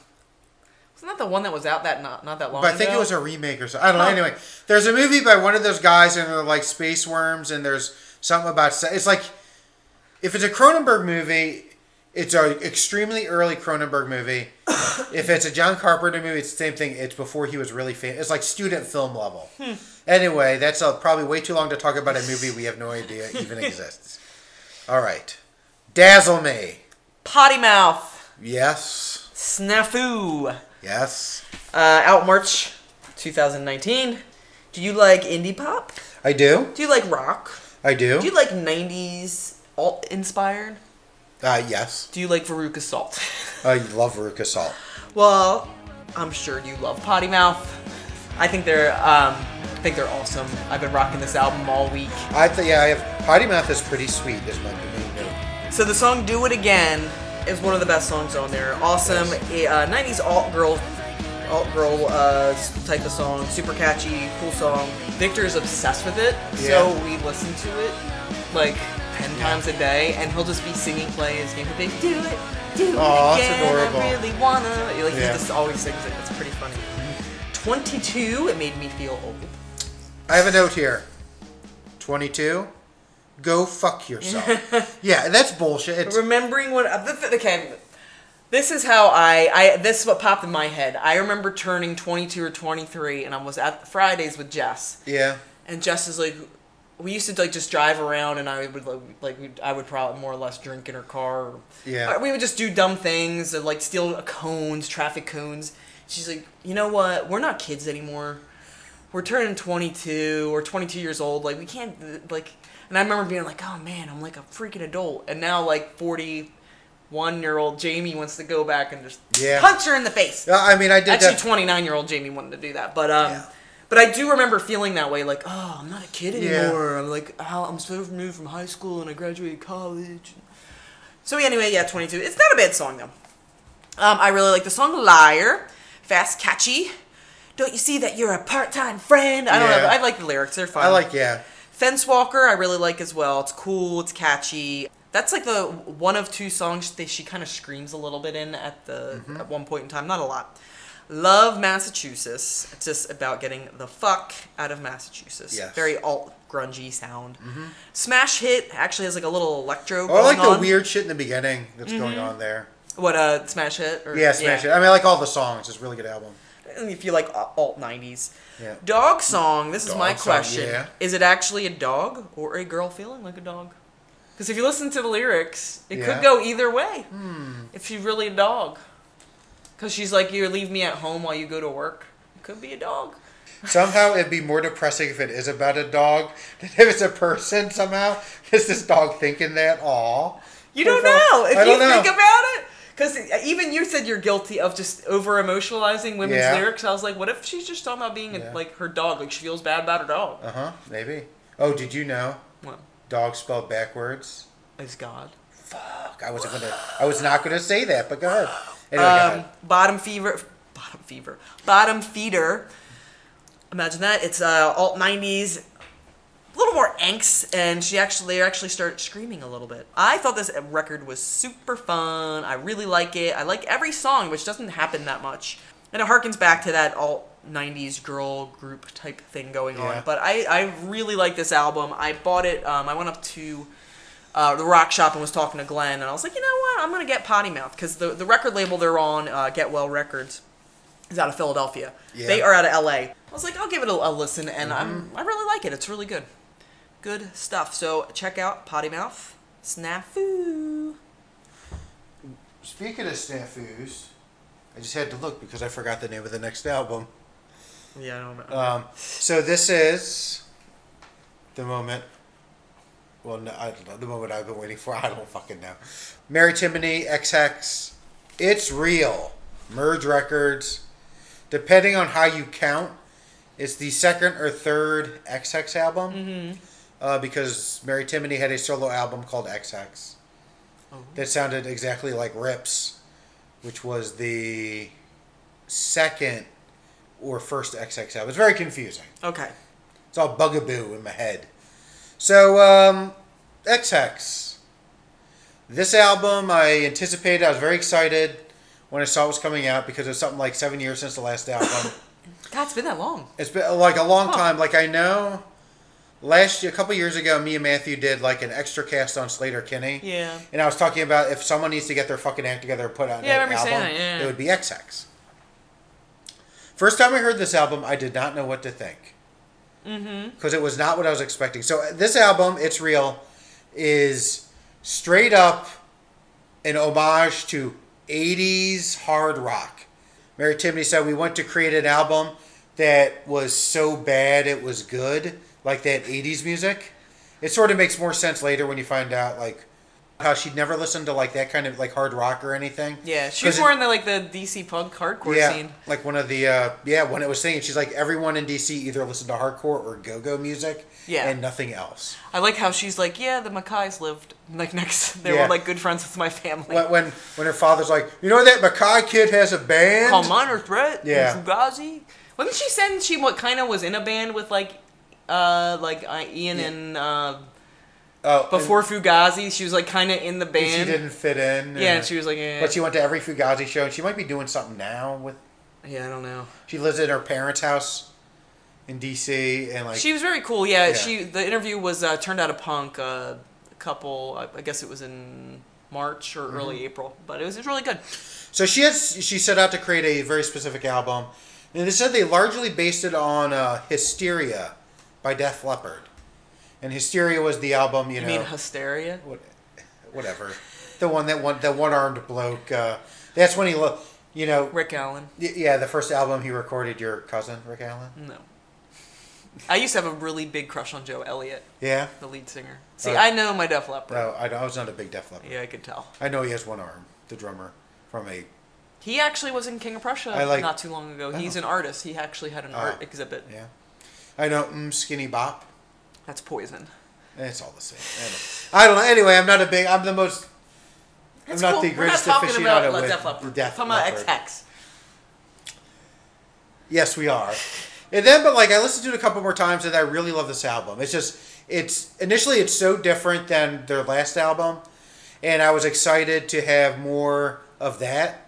D: wasn't that the one that was out that not not that long
B: But I
D: ago?
B: think it was a remake or something. I don't know.
D: Oh.
B: Anyway, there's a movie by one of those guys, and they're like space worms, and there's something about se- it's like if it's a Cronenberg movie, it's a extremely early Cronenberg movie. if it's a John Carpenter movie, it's the same thing. It's before he was really famous. It's like student film level.
D: Hmm.
B: Anyway, that's uh probably way too long to talk about a movie we have no idea even exists. All right, dazzle me.
D: Potty Mouth
B: Yes,
D: Snafu.
B: yes,
D: Uh, out March 2019. Do you like indie pop?
B: I do.
D: Do you like rock?
B: I do.
D: Do you like 90s alt inspired?
B: uh, yes,
D: Do you like Veruca Salt?
B: I love Veruca Salt.
D: well, I'm sure you love Potty Mouth. I think they're um I think they're awesome. I've been rocking this album all week.
B: I think yeah, I have potty mouth is pretty sweet. Is my main note.
D: So the song eh, "Do It Again" is one of the best songs on there. Awesome, a, uh, '90s alt girl, alt girl uh, type of song, super catchy, cool song. Victor's obsessed with it,
B: Yeah.
D: so we listen to it like ten times a day, and he'll just be singing play his game. He'll be like, "Do it, do it
B: Aw, that's
D: again,
B: adorable.
D: I really wanna." Like
B: Yeah. Mm-hmm.
D: he just always sings it. It's pretty funny. Twenty-two, it made me feel old.
B: I have a note here. 22. Go fuck yourself. yeah, that's bullshit. It's,
D: remembering when uh, th- th- okay this is how I, I this is what popped in my head i remember turning 22 or 23 and i was at fridays with jess
B: yeah.
D: and jess is like we used to like just drive around and i would like, like we'd- i would probably more or less drink in her car or,
B: Yeah.
D: or we would just do dumb things and like steal cones traffic cones she's like you know what we're not kids anymore we're turning 22 or 22 years old like we can't th- like and i remember being like oh man i'm like a freaking adult and now like 41 year old jamie wants to go back and just
B: Yeah.
D: punch her in the face
B: Uh, I mean, I did
D: actually
B: that.
D: 29 year old jamie wanted to do that but um
B: Yeah.
D: but i do remember feeling that way like oh i'm not a kid
B: Yeah.
D: anymore i'm like how i'm so removed from high school and i graduated college so anyway yeah 22 it's not a bad song though um, I really like the song "Liar," fast, catchy. Don't you see that you're a part-time friend? I don't know.
B: Yeah.
D: but I like the lyrics; they're fun.
B: I like, yeah.
D: "Fence Walker." I really like as well. It's cool. It's catchy. That's like the one of two songs that she kind of screams a little bit in at the
B: Mm-hmm.
D: at one point in time. Not a lot. "Love Massachusetts." It's just about getting the fuck out of Massachusetts.
B: Yes. Mm-hmm.
D: Very alt grungy sound. "Smash Hit" actually has like a little electro.
B: Oh, I like
D: going
B: the
D: on. Mm-hmm.
B: weird shit in the beginning that's going on there.
D: What uh, "Smash Hit"? Or,
B: Yeah, Smash It. I mean, I like all the songs. It's a really good album.
D: And if you like a- alt 90s.
B: Yeah.
D: Dog song, this is
B: Dog
D: my
B: song,
D: question.
B: yeah.
D: Is it actually a dog or a girl feeling like a dog? Because if you listen to the lyrics, it
B: Yeah. Hmm.
D: could go either way. If she's really a dog. Because she's like, you leave me at home while you go to work. It could be a dog.
B: Somehow it'd be more depressing if it is about a dog than if it's a person somehow. Is this dog thinking that? Aw.
D: You don't
B: Well,
D: know. If
B: I don't
D: you
B: know.
D: think about it. Because even you said you're guilty of just over emotionalizing women's
B: Yeah.
D: lyrics. I was like, what if she's just talking about being
B: Yeah.
D: a, like her dog? Like she feels bad about her dog.
B: Uh huh. Maybe. Oh, did you know?
D: Well,
B: Dog spelled backwards.
D: is God.
B: Fuck. I wasn't gonna. I was not gonna say that, but go ahead. Anyway, go
D: um,
B: ahead.
D: bottom fever bottom fever bottom feeder imagine that it's uh, alt 90s a little more angst and she actually they actually start screaming a little bit i thought this record was super fun i really like it i like every song which doesn't happen that much and it harkens back to that alt 90s girl group type thing going
B: Yeah.
D: on but I, I really like this album i bought it um, i went up to uh, the rock shop and was talking to Glenn, and I was like, you know what? I'm gonna get Potty Mouth because the the record label they're on, uh, Get Well Records, is out of Philadelphia.
B: Yeah. Mm-hmm.
D: They are out of L.A. I was like, I'll give it a, a listen, and I'm I really like it. It's really good, good stuff. So check out Potty Mouth Snafu.
B: Speaking of snafus, I just had to look because I forgot the name of the next album.
D: Yeah, I don't know.
B: Um, so this is the moment. Well, no, I don't know. The moment I've been waiting for. I don't fucking know. Mary Timony, XX. It's real. Merge Records. Depending on how you count, it's the second or third XX album. Uh, because Mary Timony had a solo album called XX that sounded exactly like Rips, which was the second or first XX album. It's very confusing.
D: okay,
B: It's all bugaboo in my head. So, um, XX. This album, I anticipated. I was very excited when I saw it was coming out because it was something like seven years since the last album.
D: God, it's been that long.
B: It's been like a long
D: Huh.
B: time. Like I know, last year, a couple years ago, me and Matthew did like an extra cast on Slater Kinney.
D: Yeah.
B: And I was talking about if someone needs to get their fucking act together and put out
D: Yeah, I
B: an
D: remember
B: album,
D: you saying that, yeah.
B: it would be XX. First time I heard this album, I did not know what to think
D: Mm-hmm.
B: because it was not what I was expecting. So uh, this album, It's Real, is straight up an homage to 80s hard rock. Mary Timney said, We want to create an album that was so bad it was good, like that 80s music. It sort of makes more sense later when you find out, like, how she'd never listened to like that kind of like hard rock or anything.
D: Yeah, she was
B: 'Cause it-
D: more in the like the DC punk hardcore
B: yeah,
D: scene.
B: like one of the uh, yeah when it was saying she's like everyone in DC either listened to hardcore or go go music
D: Yeah.
B: and nothing else.
D: I like how she's like, yeah, the Mackays lived like next. They
B: Yeah.
D: were like good friends with my family.
B: When when, when her father's like, you know that Mackay kid has a band.
D: Called Minor Threat. and
B: Yeah.
D: Fugazi. Wasn't she saying she what kind of was in a band with like, uh, like uh, Ian and uh,
B: oh, and-
D: before Fugazi, she was like kind of in the
B: and she
D: band.
B: didn't fit in. uh,
D: yeah, and she was like, eh.
B: But she went to every Fugazi show, and she might be doing something now. With
D: yeah, I don't know.
B: she lives at her parents' house in DC, and like
D: she was very cool. Yeah,
B: Yeah.
D: she the interview was uh, turned out a punk uh, a couple. I, I guess it was in March or
B: Mm-hmm.
D: early April, but it was, it was really good.
B: So she has she set out to create a very specific album, and they said they largely based it on uh, "Hysteria" by Def Leppard, and "Hysteria" was the album you,
D: You
B: know
D: mean Hysteria?
B: what, whatever the one that one that one armed bloke. Uh, that's when he lo- you know
D: Rick Allen?
B: y- yeah the first album he recorded your cousin Rick Allen
D: No. I used to have a really big crush on Joe Elliott,
B: yeah
D: the lead singer. See,
B: Oh.
D: I know my Def Leppard.
B: no I, I was not a big Def Leppard
D: Yeah, I could tell.
B: I know he has one arm the drummer from a
D: He actually was in King of Prussia
B: I like-
D: not too long ago. He's
B: Oh.
D: an artist. He actually had an
B: Oh.
D: art exhibit.
B: yeah I know mm, Skinny Bop
D: That's poison.
B: It's all the same. I don't, I don't know. Anyway, I'm not a big. I'm the most. I'm
D: That's
B: not
D: cool.
B: the greatest
D: We're not talking
B: aficionado
D: about Le-
B: with
D: Def Leppard.
B: Def
D: We're talking
B: Leppard.
D: about XX.
B: Yes, we are. And then, but like, I listened to it a couple more times, and I really love this album. It's just, it's initially, it's so different than their last album, and I was excited to have more of that.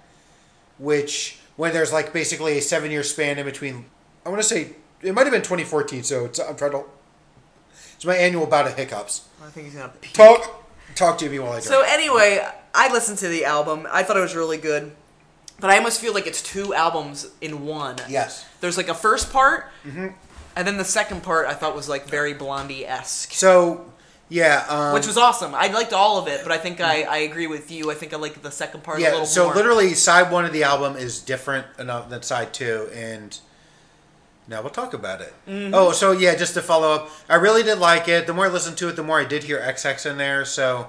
B: Which, when there's like basically a seven year span in between, I want to say it might have been 2014. So it's I'm trying to. It's my annual bout of hiccups.
D: I think he's gonna. Pee.
B: Talk, talk to me while I drink.
D: So anyway, I listened to the album. I thought it was really good, but I almost feel like it's two albums in one.
B: yes.
D: There's like a first part,
B: Mm-hmm.
D: and then the second part I thought was like very Blondie esque,
B: So, yeah. Um,
D: which was awesome. I liked all of it, but I think I, I agree with you. I think I like the second part a
B: Mm-hmm. yeah.
D: little
B: So
D: more.
B: literally, side one of the album is different enough than side two, and now we'll talk about it.
D: Mm-hmm.
B: Oh, so yeah, just to follow up, I really did like it. The more I listened to it, the more I did hear XX in there. So,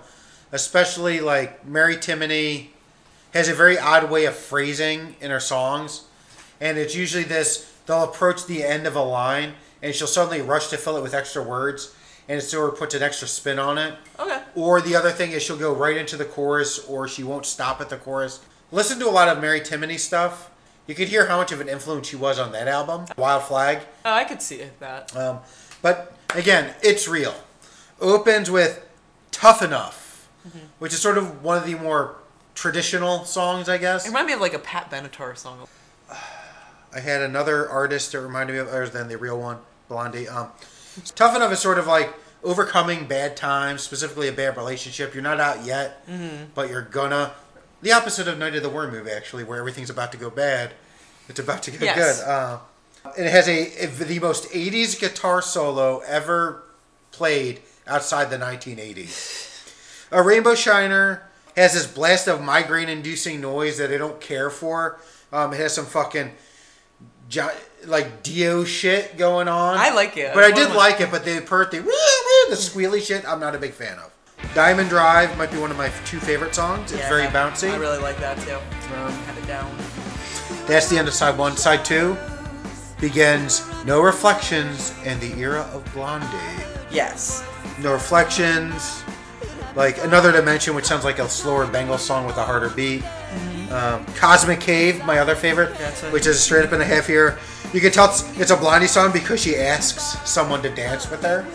B: especially like Mary Timony has a very odd way of phrasing in her songs, and it's usually this: they'll approach the end of a line, and she'll suddenly rush to fill it with extra words, and it sort of puts an extra spin on it.
D: okay.
B: Or the other thing is she'll go right into the chorus or she won't stop at the chorus. Listen to a lot of Mary Timony stuff. You could hear how much of an influence she was on that album, Wild Flag.
D: Oh, I could see that.
B: Um, but again, it's real. Opens with Tough Enough, which is sort of one of the more traditional songs, I guess.
D: It reminded me of like a Pat Benatar song.
B: I had another artist that reminded me of other than the real one, Blondie. Um, Tough Enough is sort of like overcoming bad times, specifically a bad relationship. You're not out yet, but you're gonna. The opposite of Night of the Worm movie, actually, where everything's about to go bad. It's about to go
D: Yes.
B: good. Uh, it has a, the most 80s guitar solo ever played outside the 1980s. A Rainbow Shiner has this blast of migraine inducing noise that I don't care for. Um, it has some fucking jo- like Dio shit going on.
D: I like it.
B: but I
D: It's one
B: did
D: of my-
B: like it. But the part the the squealy shit, I'm not a big fan of. Diamond Drive might be one of my two favorite songs. It's
D: Yeah,
B: very
D: I-
B: bouncy.
D: I really like that too.
B: Um,
D: Have it down.
B: That's the end of side one. Side two begins No Reflections and the Era of Blondie.
D: Yes.
B: No Reflections, like Another Dimension, which sounds like a slower Bengal song with a harder beat. Um, Cosmic Cave, my other favorite,
D: That's it.
B: which is straight up in a half here. You can tell it's, it's a Blondie song because she asks someone to dance with her.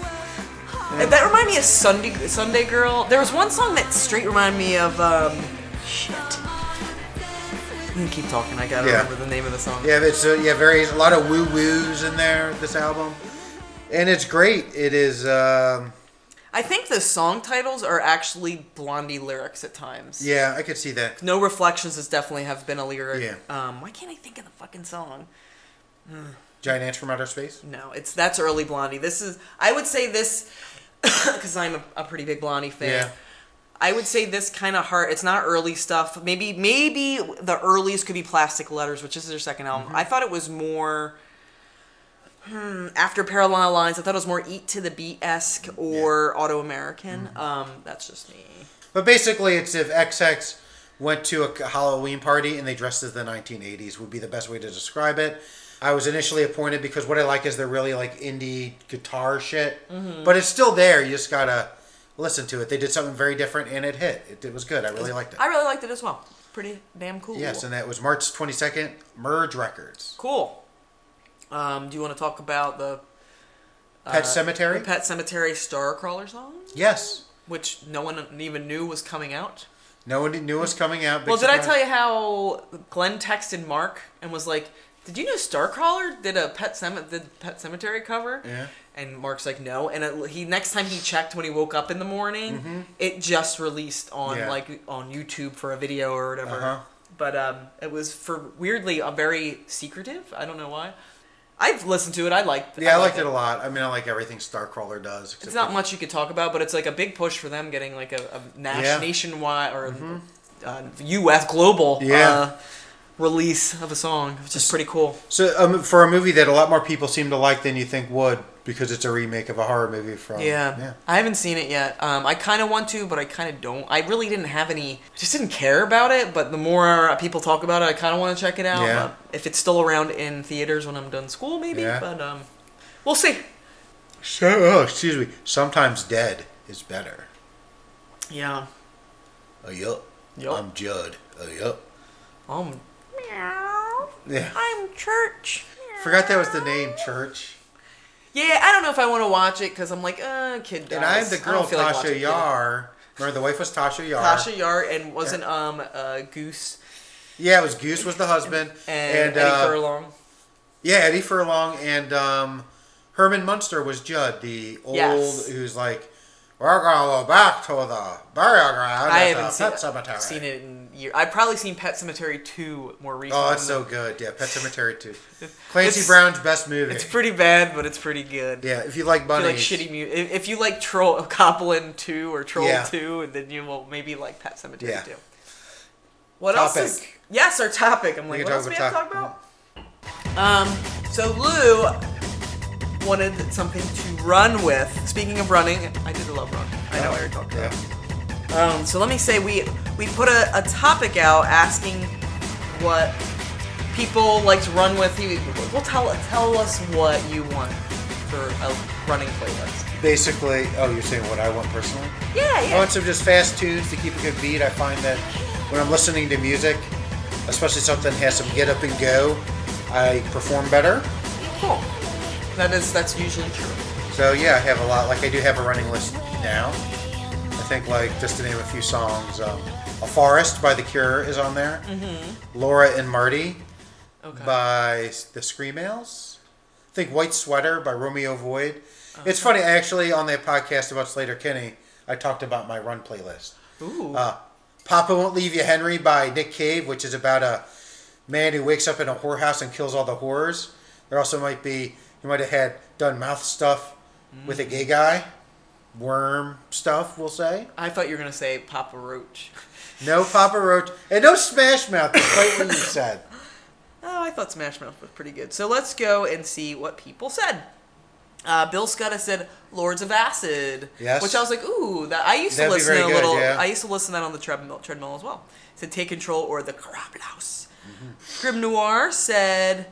D: Uh, That reminded me of Sunday Sunday Girl. There was one song that straight reminded me of um, shit. You can keep talking. I gotta
B: Yeah.
D: remember the name of the song.
B: Yeah, it's uh, yeah, very a lot of woo woos in there. This album, and it's great. It is. Um,
D: I think the song titles are actually Blondie lyrics at times.
B: yeah, I could see that.
D: No reflections is definitely have been a lyric.
B: Yeah.
D: Um, why can't I think of the fucking song?
B: Giant ants from outer space.
D: No, it's that's early Blondie. This is I would say this because I'm a, a pretty big Blondie fan.
B: Yeah.
D: I would say this kind of hard. It's not early stuff. Maybe maybe
B: Mm-hmm.
D: the earliest could be Plastic Letters, which is their second album. I thought it was more hmm, after Parallel Lines, I thought it was more Eat to the Beat esque or Auto American.
B: Mm-hmm.
D: Um, that's just me.
B: But basically, it's if XX went to a Halloween party and they dressed as the 1980s would be the best way to describe it. I was initially appointed because what I like is they're really like indie guitar shit,
D: Mm-hmm.
B: but it's still there. You just gotta listen to it. They did something very different and it hit. It, it was good. I really liked it.
D: I really liked it as well. Pretty damn cool.
B: Yes, and that was March 22nd, Merge Records,
D: cool. Um, do you want to talk about the
B: Pet Cemetery.
D: Uh, Pet Cemetery Starcrawler song,
B: yes,
D: which no one even knew was coming out?
B: no one knew it was coming out.
D: Well, did I tell you how Glenn texted Mark and was like, "Did you know Starcrawler did a Pet Sem- did Pet Cemetery cover?"
B: Yeah.
D: And Mark's like, "No." And it, he next time he checked when he woke up in the morning, it just released on
B: Mm-hmm. Yeah.
D: like on YouTube for a video or whatever.
B: Uh-huh.
D: But um, it was for weirdly a very secretive. I don't know why. I've listened to it. I liked.
B: Yeah, I liked it a lot. I mean, I like everything Starcrawler does.
D: It's
B: except
D: not
B: for-
D: much you could talk about, but it's like a big push for them getting like a, a nas-
B: Yeah. Mm-hmm.
D: nationwide or uh, U.S. global
B: Yeah.
D: uh, release of a song, which is pretty cool.
B: So um, for a movie that a lot more people seem to like than you think would, because it's a remake of a horror movie from
D: Yeah. I haven't seen it yet. Um, I kind of want to, but I kind of don't. I really didn't have any. I just didn't care about it. But the more people talk about it, I kind of want to check it out.
B: Yeah.
D: But if it's still around in theaters when I'm done school, maybe.
B: Yeah.
D: But um, we'll see.
B: So, oh, excuse me. Sometimes dead is better.
D: Yeah.
B: Oh, yup.
D: Yup.
B: I'm Judd. Oh, yup.
D: Um.
B: Yeah.
D: I'm church.
B: Forgot that was the name Church.
D: Yeah, I don't know if I want to watch it because I'm like, uh, kid. Dies.
B: And I'm the
D: don't
B: girl
D: feel like
B: Tasha
D: watching it.
B: Yar. Remember, the wife was Tasha Yar.
D: Tasha Yar and wasn't um uh, Goose
B: Yeah, it was Goose was the husband,
D: and,
B: and,
D: Eddie
B: uh,
D: Furlong.
B: yeah, Eddie Furlong and um, Herman Munster was Judd, the old
D: Yes.
B: who's like, we're gonna go back to the burial ground.
D: I
B: at
D: haven't
B: the
D: seen
B: pet cemetery.
D: seen it in years. I've probably seen Pet Cemetery two more recently.
B: Oh, it's so good. Yeah, Pet Cemetery 2. Clancy
D: It's-
B: Brown's best movie.
D: It's pretty bad, but it's pretty good.
B: yeah, if you like
D: If you
B: bunnies.
D: like shitty music, if, if you like Troll Copland two or Troll
B: Yeah.
D: two, and then you will maybe like Pet Cemetery
B: Yeah.
D: two. What else is?
B: Topic.
D: Yes, our topic. I'm
B: can
D: like, what
B: talk
D: else we have to
B: about
D: talk about? Um, so Lou wanted something to run with. Speaking of running, I did love running. I know I already talked about.
B: Yeah.
D: it. Um, so let me say we we put a, a topic out asking what people like to run with. You will tell tell us what you want for a running playlist.
B: Basically, oh, you're saying what I want personally?
D: Yeah,
B: I
D: yeah.
B: want some just fast tunes to keep a good beat. I find that when I'm listening to music, especially something that has some get up and go, I perform better.
D: Cool. That is that's usually true.
B: So yeah, I have a lot. Like I do have a running list now. I think like just to name a few songs, um, "A Forest" by The Cure is on there. Mm-hmm. "Laura and Marty"
D: Okay.
B: by the Screamales. I think White Sweater by Romeo Void. It's funny, actually, on that podcast about Slater Kinney, I talked about my run playlist.
D: Ooh.
B: Uh, Papa Won't Leave You Henry by Nick Cave, which is about a man who wakes up in a whorehouse and kills all the whores. There also might be, he might have had done mouth stuff with a
D: Mm.
B: gay guy, worm stuff, we'll say.
D: I thought you were gonna say Papa Roach.
B: No Papa Roach, and no Smash Mouth, despite what you said.
D: Oh, I thought Smash Mouth was pretty good. So let's go and see what people said. Uh, Bill Scudda said "Lords of Acid,"
B: Yes.
D: which I was like, "Ooh, that I used
B: That'd
D: to
B: be
D: listen
B: very
D: to a
B: good,
D: little.
B: yeah.
D: I used to listen to that on the treadmill, treadmill as well." It said "Take Control" or "The Crap House."
B: Mm-hmm.
D: Grim Noir said,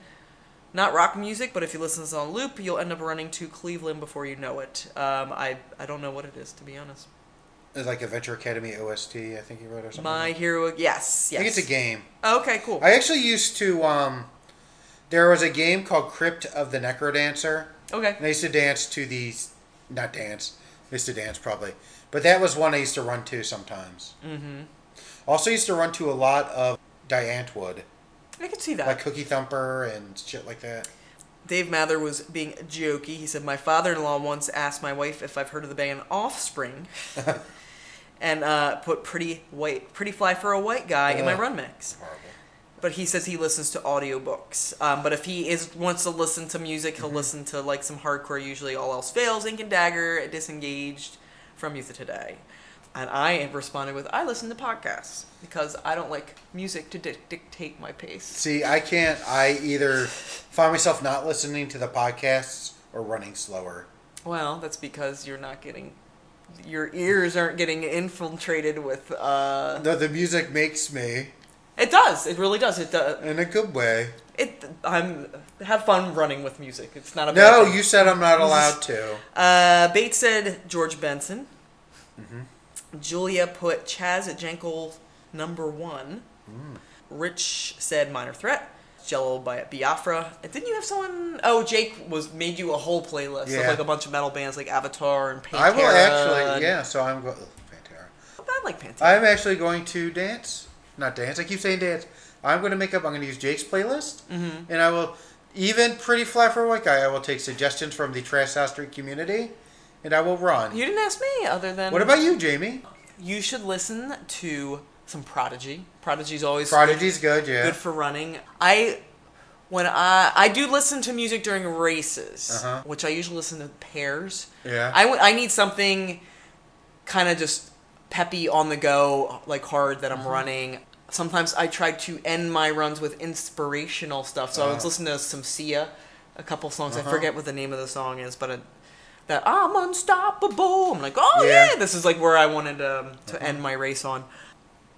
D: "Not rock music, but if you listen to this on loop, you'll end up running to Cleveland before you know it." Um, I I don't know what it is to be honest.
B: It's like Adventure Academy OST, I think he wrote or something.
D: My hero, yes, yes.
B: Mm-hmm. I think it's a game.
D: Okay, cool.
B: I actually used to. Um, there was a game called Crypt of the Necrodancer, and I
D: okay,
B: used to dance to these. Not dance. I used to dance probably, but that was one I used to run to sometimes. Mm-hmm. Also used to run to a lot of Diantwood,
D: I can see that.
B: like Cookie Thumper and shit like that.
D: Dave Mather was being jokey. He said, My father in law once asked my wife if I've heard of the band Offspring and uh, put Pretty White, Pretty Fly for a White Guy in my
B: Ugh.
D: run mix.
B: Horrible.
D: But he says he listens to audiobooks. Um, but if he is wants to listen to music, he'll listen to like some hardcore, usually All Else Fails, Ink and Dagger, Disengaged, from Youth of Today. And I have responded with, I listen to podcasts because I don't like music to dic- dictate my pace.
B: See, I can't. I either find myself not listening to the podcasts or running slower.
D: Well, that's because you're not getting, your ears aren't getting infiltrated with, uh,
B: No, the music makes me
D: it does. It really does. It does.
B: in a good way.
D: It, I'm, have fun running with music. It's not a bad
B: No,
D: thing.
B: you said I'm not allowed to.
D: Uh, Bates said George Benson.
B: Mm-hmm.
D: Julia put Chaz at Jenkel number one.
B: Mm.
D: Rich said Minor Threat. Jello by Biafra. And Didn't you have someone? Oh, Jake was made you a whole playlist of
B: Yeah.
D: like a bunch of metal bands like Avatar and Pantera.
B: I will
D: and-
B: actually. Yeah, so I'm going. Pantera.
D: I like Pantera.
B: I'm actually going to dance. Not dance. I keep saying dance. I'm going to make up. I'm going to use Jake's playlist,
D: Mm-hmm.
B: and I will. Even pretty flat for a white guy, I will take suggestions from the Trash House Street community, and I will run.
D: you didn't ask me other than
B: what about you, Jamie?
D: you should listen to some Prodigy. Prodigy's always
B: Prodigy's good, yeah.
D: good for running. I when I I do listen to music during races,
B: Uh-huh.
D: which I usually listen to pairs.
B: Yeah.
D: I w- I need something kind of just peppy on the go, like hard
B: Mm-hmm.
D: that I'm running. Sometimes I try to end my runs with inspirational stuff. So I was
B: Oh.
D: listening to some Sia, a couple songs.
B: Uh-huh.
D: I forget what the name of the song is, but it, that I'm unstoppable. I'm like, oh yeah.
B: Yeah.
D: this is like where I wanted um, to end my race on.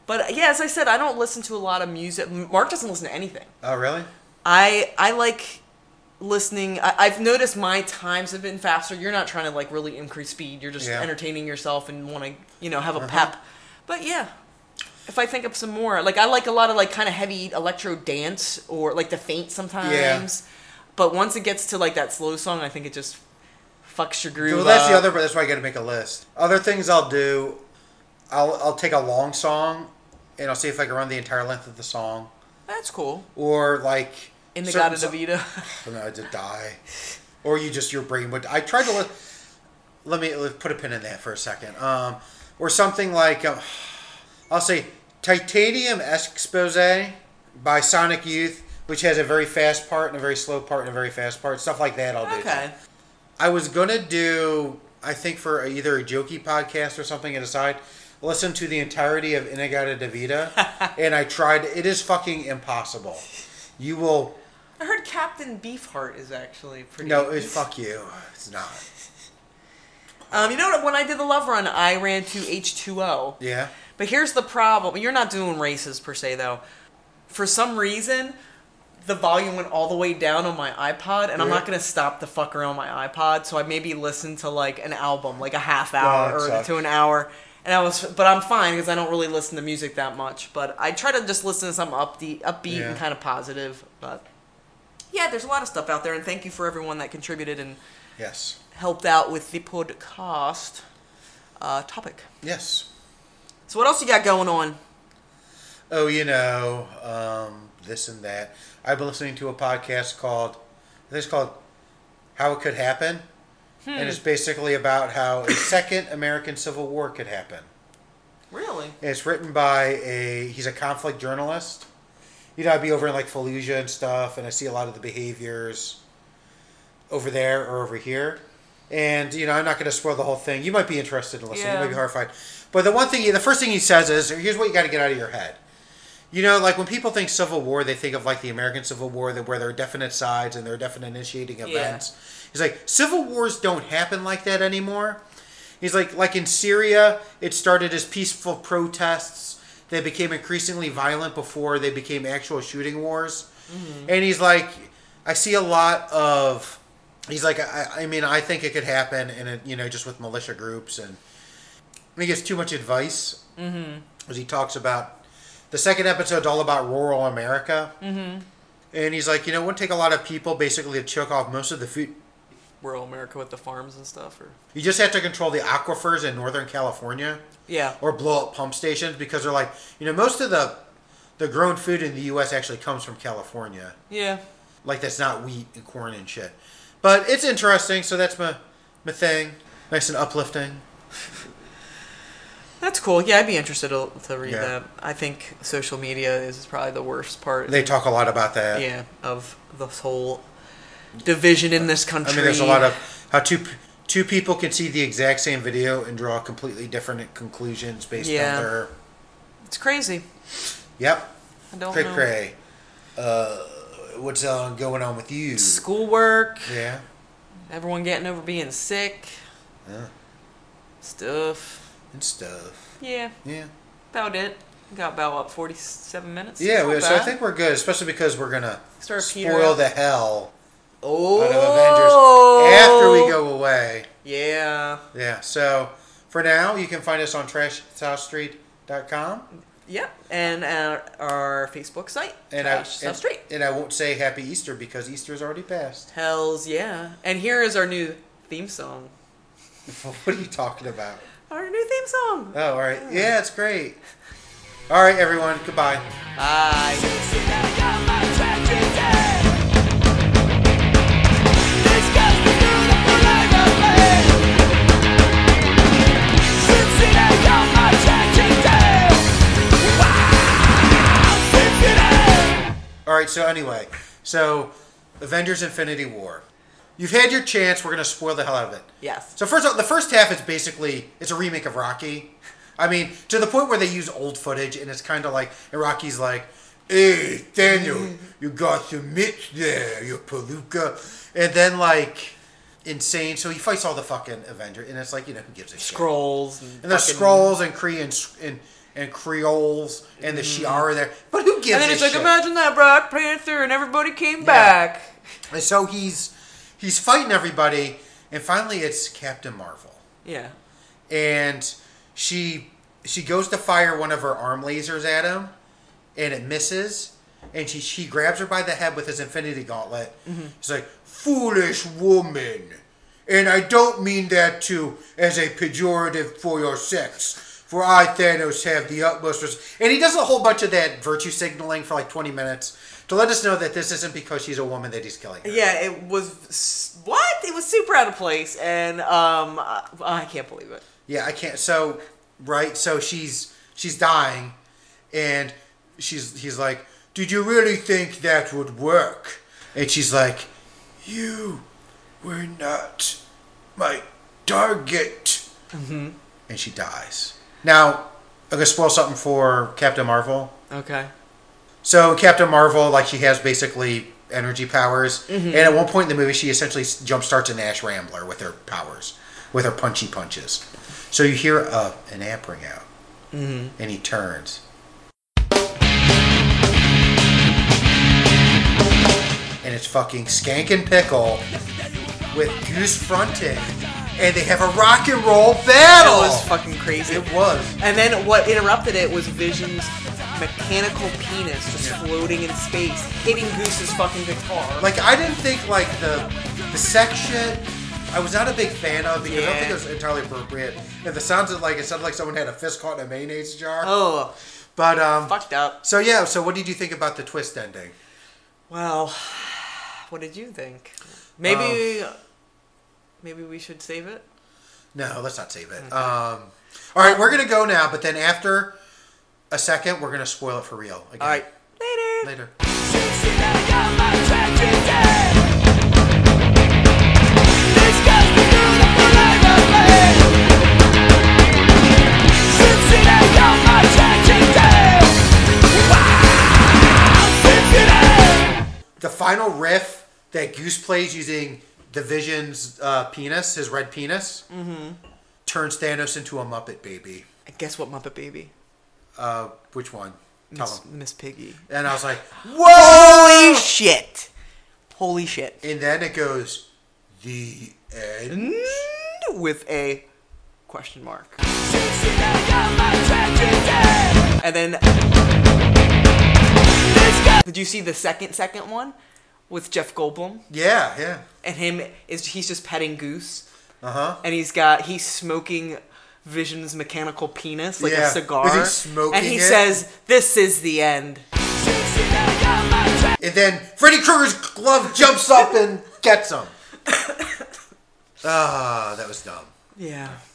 D: But yeah, as I said, I don't listen to a lot of music. Mark doesn't listen to anything.
B: oh, really?
D: I I like listening. I, I've noticed my times have been faster. You're not trying to like really increase speed. You're just
B: Yeah. Uh-huh.
D: entertaining yourself and want to you know have a pep. But yeah, if I think of some more, like I like a lot of like kind of heavy electro dance or like the faint sometimes. But once it gets to like that slow song, I think it just fucks your groove.
B: Well, that's the
D: up.
B: other. But that's why I got to make a list. Other things I'll do, I'll I'll take a long song, and I'll see if I can run the entire length of the song,
D: That's cool.
B: or like
D: In the
B: certain
D: Gata Davida.
B: so- No, to die, or you just your brain would. I tried to let let me let, put a pin in that for a second. Um, or something like um, I'll say Titanium Expose by Sonic Youth, which has a very fast part and a very slow part and a very fast part. Stuff like that I'll do.
D: Okay.
B: I was gonna do, I think for either a jokey podcast or something at a side, listen to the entirety of Inagata Davida, and I tried. It is fucking impossible. You will
D: I heard Captain Beefheart is actually pretty.
B: no. It, fuck you. It's not.
D: Um, you know what? When I did the love run, I ran to H two O.
B: Yeah.
D: But here's the problem. You're not doing races per se though. For some reason, the volume went all the way down on my iPod, and I'm
B: Yeah.
D: not gonna stop the fucker on my iPod. So I maybe listened to like an album, like a half hour
B: that
D: or
B: sucks.
D: to an hour. And I was, but I'm fine because I don't really listen to music that much. But I try to just listen to something upbeat, upbeat
B: Yeah.
D: and kind of positive. But yeah, there's a lot of stuff out there, and thank you for everyone that contributed and
B: Yes.
D: helped out with the podcast uh, topic.
B: Yes.
D: So what else you got going on?
B: Oh, you know, um, this and that. I've been listening to a podcast called, I think it's called How It Could Happen. And it's basically about how a second American Civil War could happen.
D: Really?
B: It's written by a he's a conflict journalist. You know, I'd be over in like Fallujah and stuff, and I see a lot of the behaviors over there or over here. And you know, I'm not going to spoil the whole thing. You might be interested in listening.
D: Yeah.
B: You might be horrified. But the one thing, the first thing he says is, "Here's what you got to get out of your head." You know, like when people think Civil War, they think of like the American Civil War, that where there are definite sides and there are definite initiating events. He's like, Civil wars don't happen like that anymore. He's like, like in Syria, it started as peaceful protests. They became increasingly violent before they became actual shooting wars. And he's like, I see a lot of. He's like, I, I mean, I think it could happen, and it, you know, just with militia groups, and he gives too much advice as he talks about the second episode's all about rural America, mm-hmm. and he's like, you know, it wouldn't take a lot of people basically to choke off most of the food.
D: rural America with the farms and stuff, or
B: You just have to control the aquifers in Northern California
D: yeah,
B: or blow up pump stations because they're like, you know, most of the the grown food in the U.S. actually comes from California,
D: yeah.
B: like that's not wheat and corn and shit. But it's interesting, so that's my my thing. Nice and uplifting.
D: That's cool. Yeah, I'd be interested to, to read
B: Yeah.
D: that. I think social media is probably the worst part.
B: They talk a lot about that.
D: yeah, of this whole division in this
B: I
D: country.
B: mean, there's a lot of how two two people can see the exact same video and draw completely different conclusions based
D: Yeah.
B: on their.
D: It's crazy.
B: Yep.
D: I don't
B: Cray
D: know.
B: cray. Uh, what's uh, going on with you?
D: Schoolwork,
B: Yeah.
D: everyone getting over being sick,
B: Yeah.
D: stuff.
B: And stuff.
D: Yeah,
B: Yeah.
D: about it. Got about what, 47 minutes?
B: Yeah,
D: Not
B: we, so I
D: bad.
B: think we're good, especially because we're gonna
D: Start petering
B: spoil
D: out.
B: the hell
D: Oh,
B: out of Avengers after we go away.
D: Oh, Yeah.
B: Yeah. So for now, you can find us on trashsouthstreet.com.
D: Yep. And at our Facebook site,
B: And I,
D: Trash
B: and,
D: South Street.
B: and I won't say Happy Easter because Easter's already passed.
D: Hells yeah. And here is our new theme song.
B: what are you talking about?
D: Our new theme song.
B: Oh, all right. Yeah, it's great. All right, everyone. Goodbye.
D: Bye.
B: All right. So anyway, so Avengers: Infinity War. You've had your chance. We're gonna spoil the hell out of it.
D: Yes.
B: So first, off, the first half is basically it's a remake of Rocky. I mean, to the point where they use old footage, and it's kind of like and Rocky's like, "Hey, Daniel, you got some mitts there, you palooka," and then like insane. So he fights all the fucking Avenger, and it's like you know who gives a shit.
D: Scrolls. And,
B: And there's
D: fucking-
B: scrolls and Cree and and, and Creoles and the Shi'ar there, but who gives
D: Mm-hmm. And then
B: a
D: it's like,
B: shit?
D: imagine that Black Panther and everybody came back.
B: and so he's he's fighting everybody, and finally it's Captain Marvel.
D: Yeah.
B: and she she goes to fire one of her arm lasers at him and it misses and she she grabs her by the head with his infinity gauntlet he's like foolish woman and i don't mean that to as a pejorative for your sex for I, Thanos, have the utmost res-" And he does a whole bunch of that virtue signaling for like 20 minutes to let us know that this isn't because she's a woman that he's killing. Her.
D: Yeah, it was. s- What? It was super out of place. And um, I, I can't believe it.
B: Yeah, I can't. So, right. So she's she's dying, and she's he's like, "Did you really think that would work?" And she's like, "You were not my target," and she dies. Now, I'm gonna spoil something for Captain Marvel.
D: Okay.
B: So Captain Marvel, like she has basically energy powers,
D: Mm-hmm.
B: and at one point in the movie, she essentially jump starts an Ash Rambler with her powers, with her punchy punches. So you hear uh, an amp ring out,
D: Mm-hmm.
B: and he turns. And it's fucking Skank and Pickle with Goose fronting, and they have a rock and roll
D: That
B: battle.
D: was fucking crazy.
B: It was.
D: And then what interrupted it was Vision's mechanical penis just floating in space, hitting Goose's fucking guitar.
B: Like I didn't think like the the sex shit. I was not a big fan of because I don't think it was entirely appropriate. And the sounds of like it sounded like someone had a fist caught in a mayonnaise jar.
D: oh,
B: but um,
D: fucked up.
B: so yeah. So what did you think about the twist ending?
D: Well, what did you think? Maybe,
B: Um,
D: maybe we should save it.
B: No, let's not save
D: Mm-hmm.
B: it. Um, all right, we're gonna go now, but then after a second, we're gonna spoil it for real. Again.
D: All right, later.
B: later. The final riff that Goose plays using Division's uh, penis, his red penis,
D: Mm-hmm.
B: turns Thanos into a Muppet baby.
D: And Guess what, Muppet Baby?
B: Uh, which one? Tell
D: Miss,
B: him.
D: Miss Piggy.
B: And I was like,
D: Holy shit! Holy shit!
B: and then it goes, the end.
D: Mm, With a question mark. And then, did you see the second second one with Jeff Goldblum
B: Yeah, yeah.
D: and him? Is he's just petting Goose,
B: Uh huh.
D: and he's got he's smoking Vision's mechanical penis like
B: Yeah.
D: a cigar,
B: Is he smoking
D: and he
B: it?
D: says, "This is the end."
B: And then Freddy Krueger's glove jumps up and gets him. Ah, that was dumb.
D: Yeah.